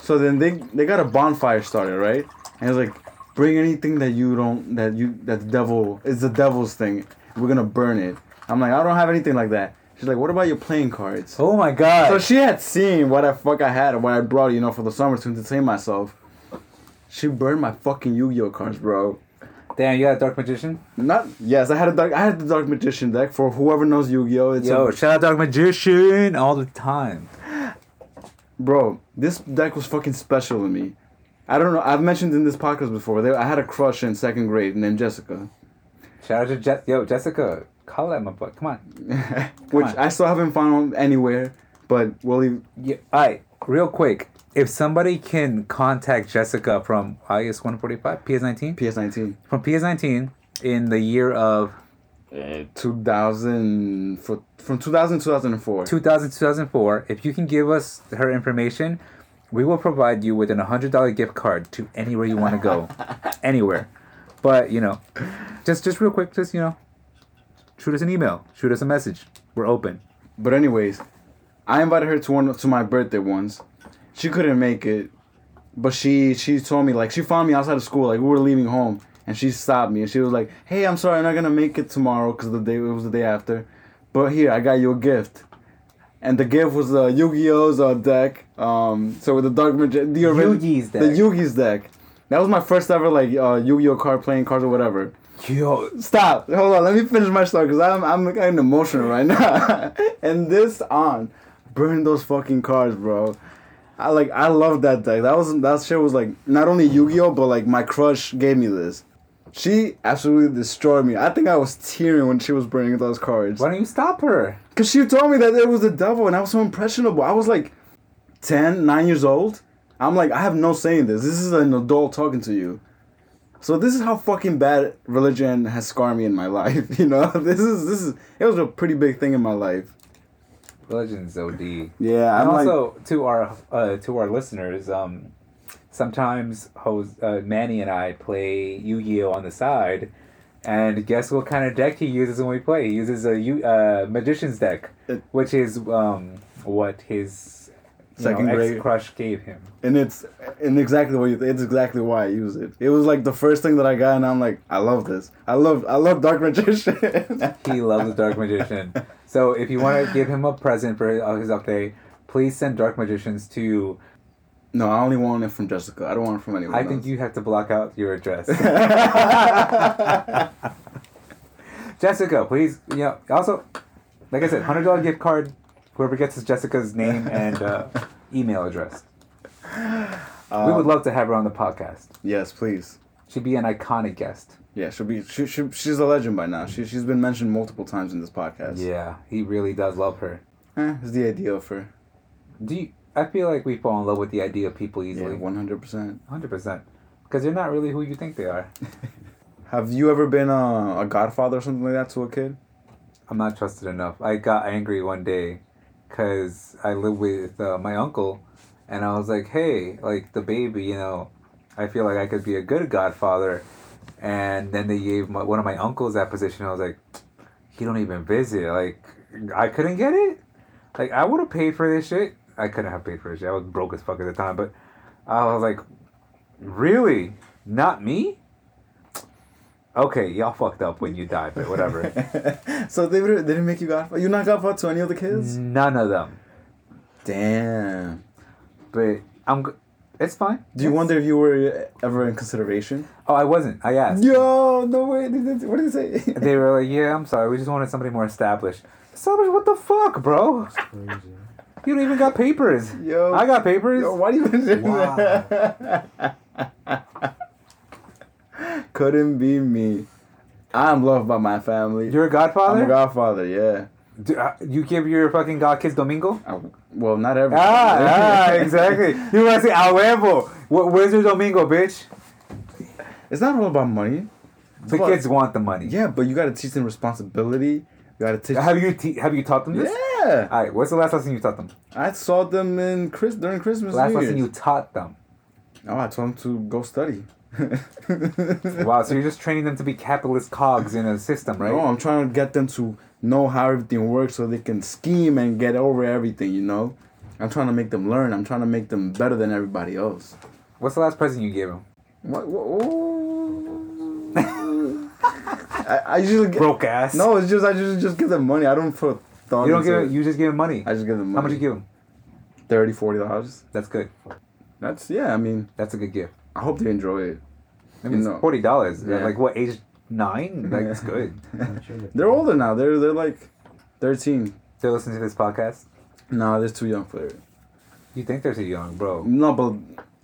S2: So then they they got a bonfire started, right? And it's like, bring anything that you don't that you that the devil is the devil's thing. We're gonna burn it. I'm like, I don't have anything like that. She's like, what about your playing cards?
S1: Oh my
S2: So
S1: god.
S2: she had seen what the fuck I had, what I brought, you know, for the summer to entertain myself. She burned my fucking Yu-Gi-Oh cards, bro.
S1: Damn, you got a dark magician?
S2: Not yes, I had a dark, I had the Dark Magician deck for whoever knows Yu-Gi-Oh. It's
S1: Yo,
S2: a,
S1: shout out dark magician all the time.
S2: bro, this deck was fucking special to me. I don't know. I've mentioned in this podcast before. There, I had a crush in second grade named Jessica,
S1: Shout out to Je- yo Jessica. Call at my butt. Come on.
S2: which
S1: on.
S2: I still haven't found anywhere. But we'll leave.
S1: Yeah, all right, real quick. If somebody can contact Jessica from IS one forty five PS nineteen
S2: PS nineteen.
S1: from PS nineteen in the year of
S2: Two thousand for from 2000 to 2004.
S1: 2000 2004 if you can give us her information we will provide you with an $100 gift card to anywhere you want to [laughs] go anywhere but you know just just real quick just you know shoot us an email shoot us a message we're open
S2: But anyways, I invited her to one to my birthday once. She couldn't make it, but she she told me like she found me outside of school like we were leaving home and she stopped me and she was like, "Hey, I'm sorry, I'm not gonna make it tomorrow because the day it was the day after, but here I got you a gift." And the gift was the Yu-Gi-Oh's uh, deck. Um, so with the Dark Magic, the origi-
S1: Yu-Gi's
S2: the
S1: deck.
S2: Yu-Gi's deck. That was my first ever like uh, Yu-Gi-Oh card playing cards or whatever.
S1: yo
S2: Stop. Hold on. Let me finish my story because I'm I'm kind of emotional right now. [laughs] and this on, burn those fucking cars, bro. I like I love that deck. That was that shit was like not only Yu-Gi-Oh but like my crush gave me this. She absolutely destroyed me. I think I was tearing when she was burning those cards.
S1: why don't you stop her
S2: Cause she told me that it was the devil and I was so impressionable. I was like 10, 9 years old. I'm like, I have no say in this. This is an adult talking to you. So this is how fucking bad religion has scarred me in my [laughs] life. You know, this is this is it was a pretty big thing in my life.
S1: legends od
S2: Yeah, I'm
S1: and
S2: like,
S1: also to our uh, to our listeners, um, sometimes Jose, uh, Manny and I play Yu Gi Oh on the side, and guess what kind of deck he uses when we play? He uses a Yu- uh, magician's deck,
S2: It-
S1: which is um, what his
S2: Second grade.
S1: ex crush gave him.
S2: and it's and exactly what you, it's exactly why I use it. It was like the first thing that I got, and I'm like, I love this. I love I love Dark Magician.
S1: [laughs] He
S2: [laughs]
S1: loves the Dark Magician. So if you want to give him a present for uh, his update, please send Dark Magicians to.
S2: no, I only want it from Jessica. I don't want it from anyone.
S1: I think you have to block out your
S2: [laughs]
S1: address. [laughs]
S2: else. [laughs]
S1: Jessica, please, you know, also, like I said, hundred dollar gift card. Whoever gets is Jessica's name and
S2: [laughs]
S1: uh, email address. we would love to have her on the podcast.
S2: Um, Yes, please.
S1: She'd be an iconic guest.
S2: Yeah, she'll be. She, she, she's a legend by now. She, she's been mentioned multiple times in this podcast.
S1: Yeah, he really does love her.
S2: Eh, it's the idea of her.
S1: Do you, I feel like we fall in love with the idea of people
S2: Yeah,
S1: easily?
S2: one hundred percent.
S1: Hundred percent, because they're not really who you think they are.
S2: Have you ever been uh, a, a godfather or something like that to a kid?
S1: I'm not trusted enough. I got angry one day because I live with uh, my uncle, and I was like, hey, like the baby, you know, I feel like I could be a good godfather. And then they gave my, one of my uncles that position. I was like, he don't even visit. Like, I couldn't get it. Like, I would have paid for this shit. I couldn't have paid for this shit. I was broke as fuck at the time. But I was like, really? Not me? Okay, y'all fucked up when you died, but whatever.
S2: [laughs] so they didn't- they didn't make you godfather. You're not godfather to any of the kids.
S1: None of them.
S2: Damn.
S1: But I'm. g- It's fine.
S2: Do you wonder if you were ever in consideration?
S1: Oh, I wasn't. I asked.
S2: Yo, no way. They did- What did
S1: [laughs]
S2: they say?
S1: They were like, "Yeah, I'm sorry. We just wanted somebody more established." Established? What the fuck, bro? You don't even got papers.
S2: [laughs] Yo.
S1: I got papers.
S2: Yo, why do you even do
S3: Wow.
S2: that? [laughs] Couldn't be me. I'm loved by my family.
S1: You're a godfather.
S2: I'm a godfather, yeah.
S1: Do, uh, you give your fucking god kids
S2: [laughs]
S1: Domingo?
S2: I, well, not every.
S1: Ah, ah, exactly. You want to say a huevo? Wh- Where's your Domingo, bitch?
S2: [laughs] It's not all about money.
S1: The
S2: What?
S1: kids want the money.
S2: Yeah, but you gotta teach them responsibility. You gotta teach.
S1: Have you te- have you taught them this?
S2: yeah,
S1: All right. What's the last lesson you taught them?
S2: I saw them in Chris during Christmas.
S1: Last
S2: New
S1: lesson you
S2: Year's.
S1: taught them.
S2: Oh, I told them to go study. [laughs]
S1: Wow, so you're just training them to be capitalist cogs in a system, right?
S2: No, I'm trying to get them to know how everything works so they can scheme and get over everything, you know? I'm trying to make them learn. I'm trying to make them better than everybody else.
S1: What's the last present you gave them?
S2: What? what- ooh. [laughs] I, I usually get,
S1: Broke ass.
S2: No, it's just I just just give them money. I don't put thought.
S1: you don't
S2: into
S1: give.
S2: it.
S1: Them, you just give them money.
S2: I just give them money.
S1: How much you give them?
S2: 30 dollars.
S1: That's good.
S2: That's yeah. I mean,
S1: That's a good gift.
S2: I hope they enjoy it.
S1: I mean,
S2: You
S1: it's
S2: know.
S1: forty dollars.
S2: Yeah.
S1: Like what age?
S2: [laughs]
S1: Nine. Like it's
S2: Yeah.
S1: good.
S3: I'm sure that-
S2: They're older now. They're they're like thirteen.
S1: They listen to this podcast.
S2: No, they're too young for it.
S1: You think they're too young, bro?
S2: No, but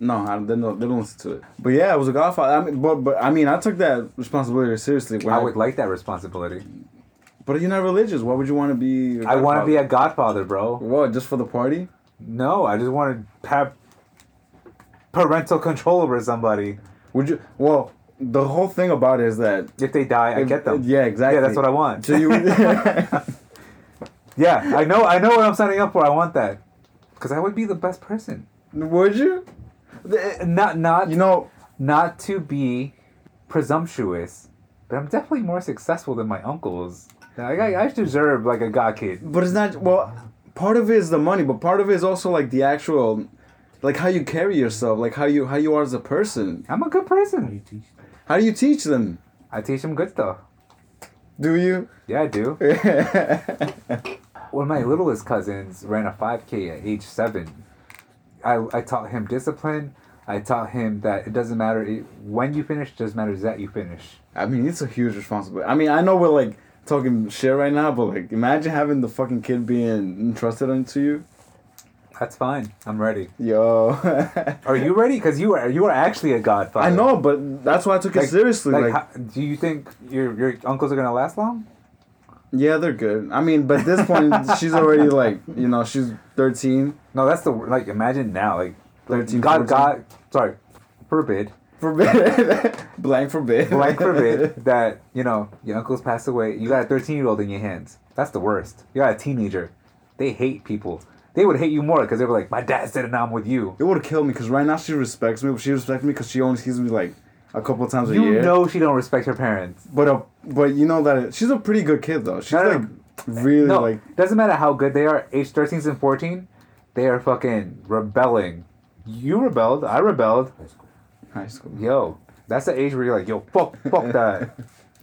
S2: no, I- they don't. They don't listen to it. But yeah, it was a Godfather. I mean, but but I mean, I took that responsibility seriously. When
S1: I would like that responsibility.
S2: But you're not religious. Why would you want to be? a
S1: I want to be
S2: Godfather?
S1: a godfather, bro.
S2: What? Just for the party?
S1: No, I just want to have parental control over somebody.
S2: Would you? Well, the whole thing about it is that.
S1: If they die, I
S2: if-
S1: get them.
S2: Yeah, exactly.
S1: Yeah, that's what I want.
S2: [laughs] So you.
S1: Yeah, I know. I know what I'm signing up for. I want that because I would be the best person.
S2: would you?
S1: Th- Not not
S2: You know,
S1: not to be presumptuous, but I'm definitely more successful than my uncles. Like, I, I deserve like a god kid.
S2: but it's not. Well, part of it is the money, but part of it is also like the actual, like how you carry yourself, like how you how you are as a person.
S1: I'm a good person.
S3: you teach them.
S2: How do you teach them?
S1: I teach them good stuff.
S2: Do you? [laughs]
S1: Yeah, I do. One of my littlest cousins ran a 5K at age seven. I, I taught him discipline. I taught him that it doesn't matter it, when you finish, it doesn't matter that you finish.
S2: I mean, it's a huge responsibility. I mean, I know we're like talking shit right now, but like, imagine having the fucking kid being entrusted into you.
S1: That's fine. I'm ready.
S2: Yo, [laughs]
S1: Are you ready? Because you are you are actually a godfather.
S2: I know, but that's why I took it seriously. Like,
S1: how- do you think your your uncles are gonna last long?
S2: yeah, they're good. I mean, but at
S1: [laughs]
S2: this point, she's already like, you know, she's thirteen.
S1: No, that's the like. Imagine now, like, like
S2: 13,
S1: God,
S2: 14.
S1: God, sorry, forbid,
S2: Forbid, [laughs] blank forbid, [laughs]
S1: blank forbid that you know your uncles pass away. You got a thirteen year old in your hands. That's the worst. You got a teenager. They hate people. They would hate you more because they were like, my dad said it, now I'm with you.
S2: It would kill me because right now she respects me, but she respects me because she only sees me like a couple times a
S1: You
S2: year.
S1: know she don't respect her parents.
S2: But uh, but you know that she's a pretty good kid though. She's
S1: No, no,
S2: like really
S1: No,
S2: like
S1: doesn't matter how good they are. Age thirteens and fourteen, they are fucking rebelling. You rebelled. I rebelled.
S3: That's cool.
S2: high school.
S1: Yo, that's the age where you're like, yo, fuck, fuck
S2: [laughs]
S1: that.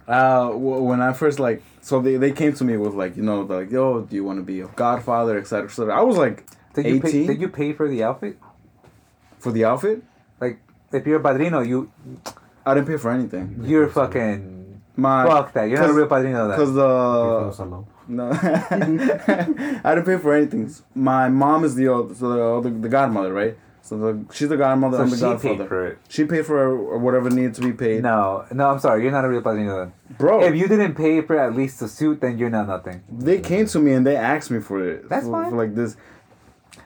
S2: Uh, w- when I first like, so they, they came to me with like, you know, like, yo, do you want to be a godfather, etc., cetera, etc. Cetera. I was like,
S1: Did you pay,
S2: eighteen
S1: did you pay for the outfit?
S2: for the outfit.
S1: Like, if you're a padrino, you
S2: I didn't pay for anything.
S1: you're fucking
S2: My
S1: fuck that. You're not a real padrino. Then.
S2: because the
S3: Because alone.
S2: no, [laughs] I didn't pay for anything. My mom is the oth- so the, other- the godmother, right? So the, she's the godmother.
S1: So
S2: I'm the
S1: she
S2: godfather.
S1: paid for it.
S2: She paid for whatever needed to be paid.
S1: No, no, I'm sorry. You're not a real padrino.
S2: Bro,
S1: Then. If you didn't pay for at least the suit, then you're not nothing.
S2: they came to me and they asked me for it.
S1: That's
S2: for,
S1: fine.
S2: for like this.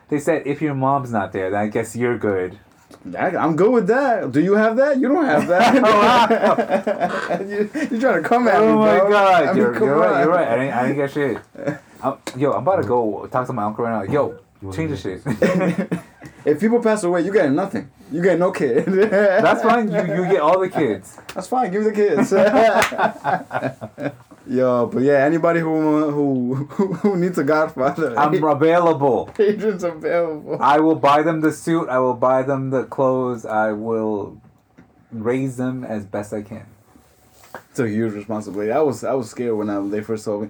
S1: They said if your mom's not there, then I guess you're good.
S2: I, I'm good with that. Do you have that? You don't have that. [laughs] you, you're trying to come at me,
S1: Oh my
S2: bro.
S1: god,
S2: I mean,
S1: you're,
S2: come
S1: you're right.
S2: on.
S1: You're right. I didn't, I didn't get shit.
S2: [laughs]
S1: I'm, yo, I'm about to go talk to my uncle right now. Yo,
S3: You wanna
S1: change the
S3: do
S1: shit. [laughs]
S2: If people pass away, you get nothing. You get no kid. [laughs]
S1: That's fine. You you get all the kids.
S2: That's fine. Give me the kids. [laughs] Yo, but yeah, anybody who who who needs a godfather,
S1: I'm available.
S2: Adrian's available.
S1: I will buy them the suit. I will buy them the clothes. I will raise them as best I can.
S2: It's a huge responsibility. I was I was scared when I, they first told me.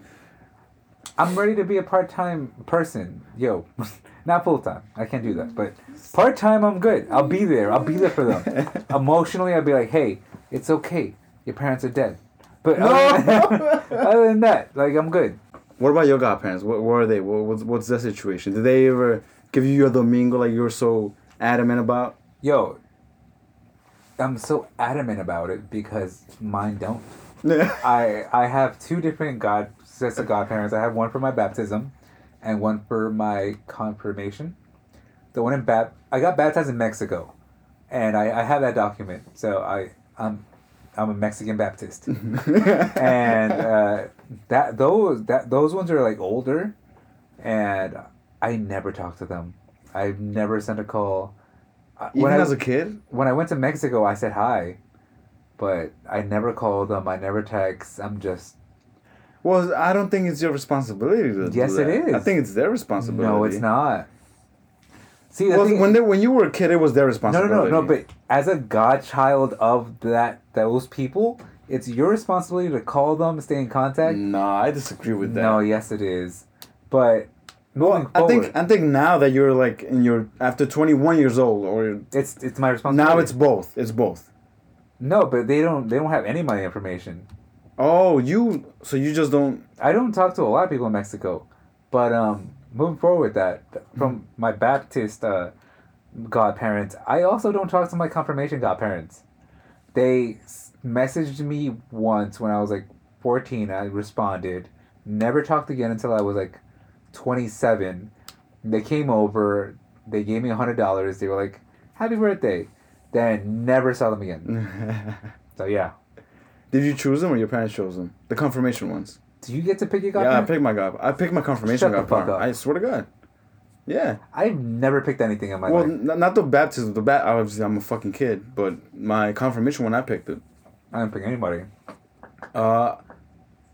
S1: I'm ready to be a part time person. Yo, [laughs] not full time. I can't do that. But part time, I'm good. I'll be there. I'll be there for them. Emotionally, I'll be like, hey, it's okay. Your parents are dead. But other, than, other than that, like, I'm good.
S2: What about your godparents? What where are they? What, what's what's their situation? Did they ever give you your domingo like you were so adamant [laughs] about?
S1: Yo, I'm so adamant about it because mine don't. I I have two different god sets of godparents. I have one for my baptism, and one for my confirmation. The one in bap I got baptized in Mexico, and I, I have that document. So I I'm I'm a Mexican
S2: [laughs]
S1: Baptist, and [laughs] uh, that those that those ones are like older, and I never talk to them. I've never sent a call. I-
S2: Even
S1: when I,
S2: as a kid?
S1: when I went to Mexico, I said hi, but I never call them. I never text. I'm just
S2: Well, I don't think it's your responsibility to do
S1: Yes, it
S2: that. I
S1: is.
S2: think it's their responsibility.
S1: no, it's not. See, the
S2: Well,
S1: thing,
S2: when they, when you were a kid, it was their
S1: no, no,
S2: responsibility.
S1: no, no. But as a godchild of that those people, it's your responsibility to call them, stay in contact.
S2: no, I disagree Mm, with that.
S1: No, yes, it is. But moving
S2: I
S1: forward,
S2: think I think now that you're like in your after 21 years old or
S1: it's it's my responsibility.
S2: now it's both. It's both.
S1: no, but they don't they don't have any of my information.
S2: Oh, you so you just
S1: [laughs]
S2: don't
S1: I don't talk to a lot of people in Mexico, but um, moving forward with that,
S2: Mm-hmm.
S1: from my Baptist uh, godparents, I also don't talk to my confirmation godparents. They s- messaged me once when I was like 14. I responded. Never talked again until I was like 27. They came over. They gave me $100. They were like, happy birthday. Then never saw them
S2: Mm.
S1: again.
S2: Did
S1: So, yeah.
S2: you choose them or your parents chose them? The confirmation ones.
S1: Do you get to pick your
S2: yeah, I
S1: godparent?
S2: picked my god. I picked my confirmation
S1: Shut the
S2: god.
S1: fuck up.
S2: I swear to God. Yeah.
S1: I've never picked anything in my
S2: Well,
S1: life.
S2: n- not the baptism. The bat. Obviously, I'm a fucking kid, but my confirmation when I picked it.
S1: I didn't pick anybody.
S2: Uh,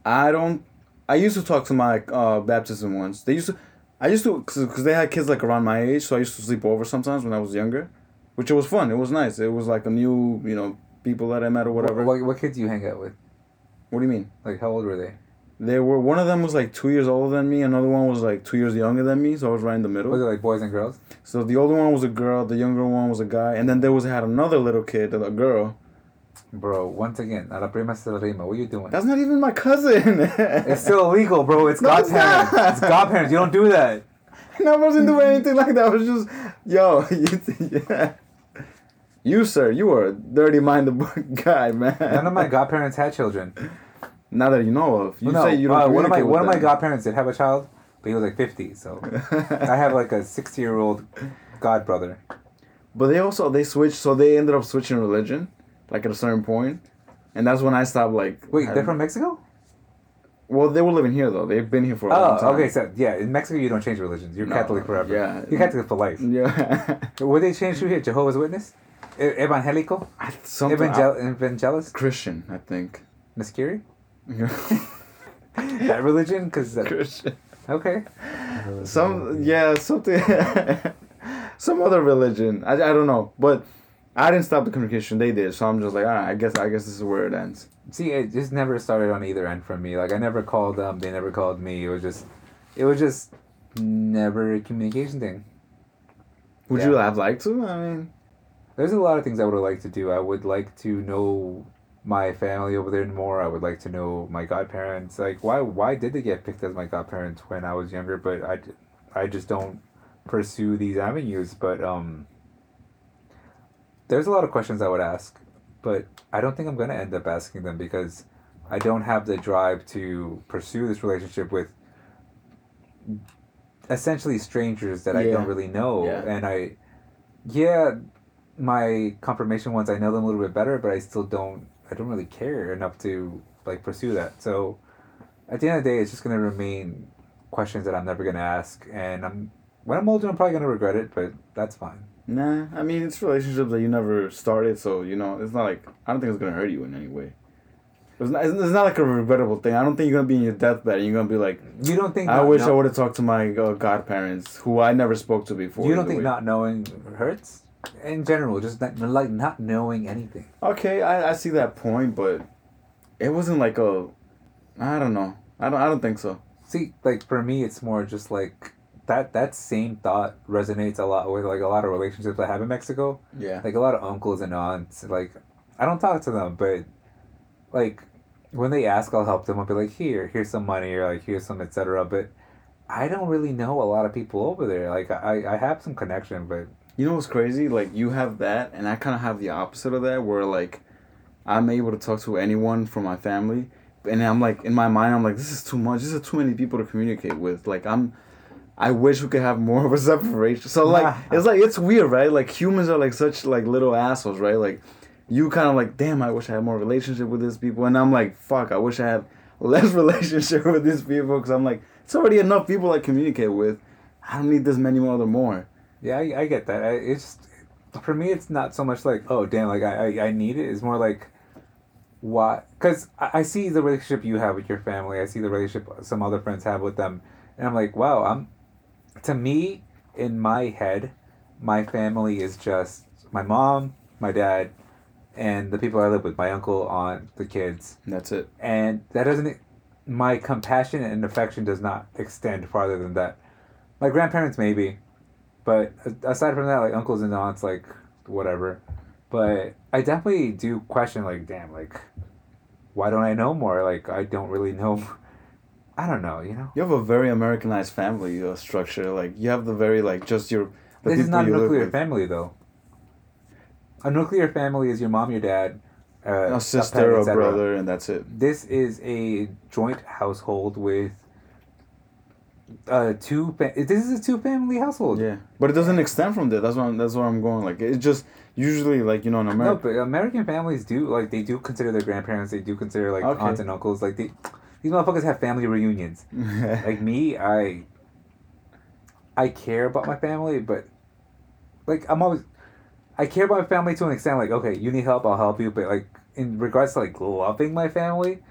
S2: I don't. I used to talk to my uh, baptism ones. They used to. I used to because they had kids like around my age, so I used to sleep over sometimes when I was younger, which it was fun. It was nice. It was like a new, you know, people that I met or whatever.
S1: What, what, what kids do you hang out with?
S2: what do you mean?
S1: Like, how old were they?
S2: They were one of them was like two years older than me, another one was like two years younger than me, so I was right in the
S1: Was it
S2: middle.
S1: like boys and girls?
S2: So the older one was a girl, the younger one was a guy, and then there was had another little kid, a girl.
S1: Bro, once again, a la prima se la rima. What are you doing?
S2: That's not even my cousin.
S1: it's still illegal, bro. It's
S2: No, it's
S1: godparents.
S2: not.
S1: It's godparents. You don't do that.
S2: [laughs] No, I wasn't doing anything like that. I was just, yo, [laughs] you, yeah. you sir, you were a dirty minded guy, man.
S1: None
S2: [laughs]
S1: of my godparents had children.
S2: Now that you know of, you
S1: no,
S2: say you don't.
S1: uh, one of my
S2: communicate
S1: one of
S2: with
S1: my
S2: them.
S1: godparents did have a child, but he was like fifty.
S2: [laughs]
S1: So I have like a sixty year old godbrother.
S2: But they also they switched, so they ended up switching religion, like at a certain point, and that's when I stopped. Like,
S1: Wait,
S2: having-
S1: they're from Mexico?
S2: Well, they were living here though. They've been here for a long
S1: Oh,
S2: time.
S1: okay. So yeah, in Mexico you don't change religions. You're
S2: No,
S1: Catholic forever.
S2: yeah. Mm.
S1: You're Catholic for life.
S2: Yeah. [laughs]
S1: What they change to here? Jehovah's Witness, E- Evangelico,
S2: Something.
S1: Evangel- Evangelist,
S2: Christian, I think. [laughs]
S1: Miscuri. that religion because
S2: Christian.
S1: okay
S2: Some yeah, something, [laughs] some other religion. I, I don't know, but I didn't stop the communication. They did, so I'm just like, all right, I guess I guess this is where it ends.
S1: see it just never started on either end for me like i never called them they never called me it was just it was just never a communication thing
S2: Would
S1: Yeah.
S2: you have liked to? I mean,
S1: there's a lot of things i would have liked to do i would like to know my family over there more i would like to know my godparents like why why did they get picked as my godparents when i was younger but i d- I just don't pursue these avenues but um there's a lot of questions I would ask, but I don't think I'm going to end up asking them because I don't have the drive to pursue this relationship with essentially strangers that I don't
S2: Yeah.
S1: really know.
S2: Yeah.
S1: And I, yeah, my confirmation ones, I know them a little bit better, but I still don't, I don't really care enough to like pursue that. So at the end of the day, it's just going to remain questions that I'm never going to ask. And I'm, when I'm older, I'm probably going to regret it, but that's fine.
S2: nah. I mean, it's relationships that you never started, so you know, it's not like I don't think it's gonna hurt you in any way. It's not, it's not like a regrettable thing. I don't think you're gonna be in your deathbed and you're gonna be like,
S1: You don't think
S2: I
S1: not
S2: wish
S1: know-
S2: I would have talked to my uh, godparents who I never spoke to before.
S1: You don't
S2: either
S1: think
S2: way.
S1: not knowing hurts? In general, just not, like not knowing anything.
S2: Okay, I, I see that point, but it wasn't like a I don't know. I don't I don't think so.
S1: See, like for me, it's more just like that. That same thought resonates a lot with like a lot of relationships I have in Mexico.
S2: Yeah.
S1: Like a lot of uncles and aunts. Like I don't talk to them, but like when they ask, I'll help them. I'll be like, here, here's some money, or like here's some etc. But I don't really know a lot of people over there. Like I, I have some connection, but
S2: You know what's crazy? Like you have that and I kinda have the opposite of that where like I'm able to talk to anyone from my family and I'm like in my mind I'm like, this is too much, this is too many people to communicate with. Like I'm I wish we could have more of a [laughs] separation. So like it's like it's weird, right? Like humans are like such like little assholes, right? Like you kind of like, damn, I wish I had more relationship with these people, and I'm like, fuck, I wish I had [laughs] less relationship with these people because I'm like, it's already enough people I communicate with. I don't need this many more. Other more.
S1: Yeah, I, I get that. I, it's just, for me, it's not so much like, oh, damn, like I, I, I need it. It's more like, why? Because I, I see the relationship you have with your family. I see the relationship some other friends have with them. And I'm like, wow, I'm, to me, in my head, my family is just my mom, my dad, and the people I live with, my uncle, aunt, the kids.
S2: That's it.
S1: And that doesn't, my compassion and affection does not extend farther than that. My grandparents, maybe, but a- aside from that, like uncles and aunts, like whatever. But I definitely do question, like, damn, like, why don't I know more? Like, I don't really know. [laughs] I don't know, you know?
S2: You have a very Americanized family uh, structure. Like you have the very like just your the
S1: this is not a
S2: live
S1: nuclear
S2: with.
S1: family, though. A nuclear family is your mom, your dad, uh,
S2: a
S1: pet,
S2: sister, a
S1: etc.
S2: brother, and that's it.
S1: This is a joint household with uh, two. Fa- this is a two-family household.
S2: Yeah, but it doesn't extend from there. That's why I'm, that's where I'm going. Like it's just usually like you know in
S1: No,
S2: America.
S1: but American families do like they do consider their grandparents. They do consider like
S2: Okay.
S1: aunts and uncles. Like they, these motherfuckers have family reunions.
S2: [laughs]
S1: Like me, I. I care about my family, but, like I'm always, I care about my family to an extent. Like okay, you need help, I'll help you. But like in regards to like loving my family,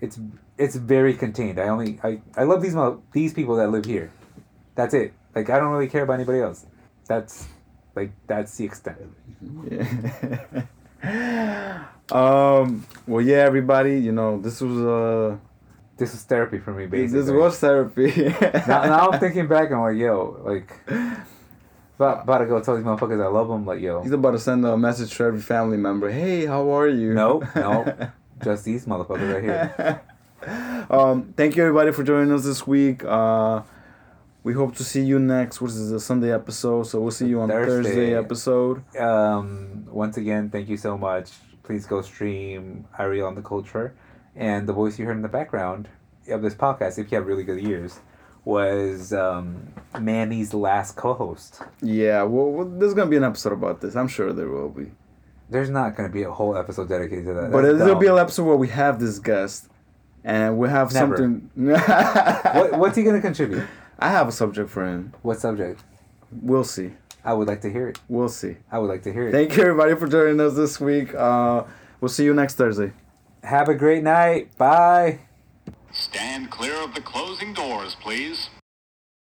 S1: it's it's very contained. I only I I love these mo- these people that live here. That's it. Like I don't really care about anybody else. That's, like that's the extent.
S2: Yeah. um. Well, yeah, everybody. You know, this was uh,
S1: This is therapy for me, basically.
S2: this was therapy. [laughs]
S1: now, now I'm thinking back, I'm like, yo, like, [laughs] about, about to go tell these motherfuckers I love them, like, yo,
S2: He's about to send a message to every family member. Hey, how are you? [laughs]
S1: no, no, just these motherfuckers right here.
S2: [laughs] um, thank you everybody for joining us this week. Uh, we hope to see you next. What is the Sunday episode? So we'll see you on
S1: Thursday.
S2: Thursday, episode.
S1: Um, once again, thank you so much. Please go stream Ariel on the Culture. And the voice you heard in the background of this podcast, if you have really good ears, was um, Manny's last co host.
S2: Yeah, well, well, there's gonna be an episode about this. I'm sure there will be.
S1: There's not going to be a whole episode dedicated to that.
S2: But
S1: That's
S2: there'll be an
S1: dumb.
S2: episode where we have this guest, and we have
S1: Never.
S2: something. [laughs]
S1: what, what's he going to contribute?
S2: I have a subject for him.
S1: What subject?
S2: We'll see.
S1: I would like to hear it.
S2: We'll see.
S1: I would like to hear it.
S2: Thank you everybody for joining us this week. Uh, we'll see you next Thursday.
S1: Have a great night. Bye.
S3: Stand clear of the closing doors, please.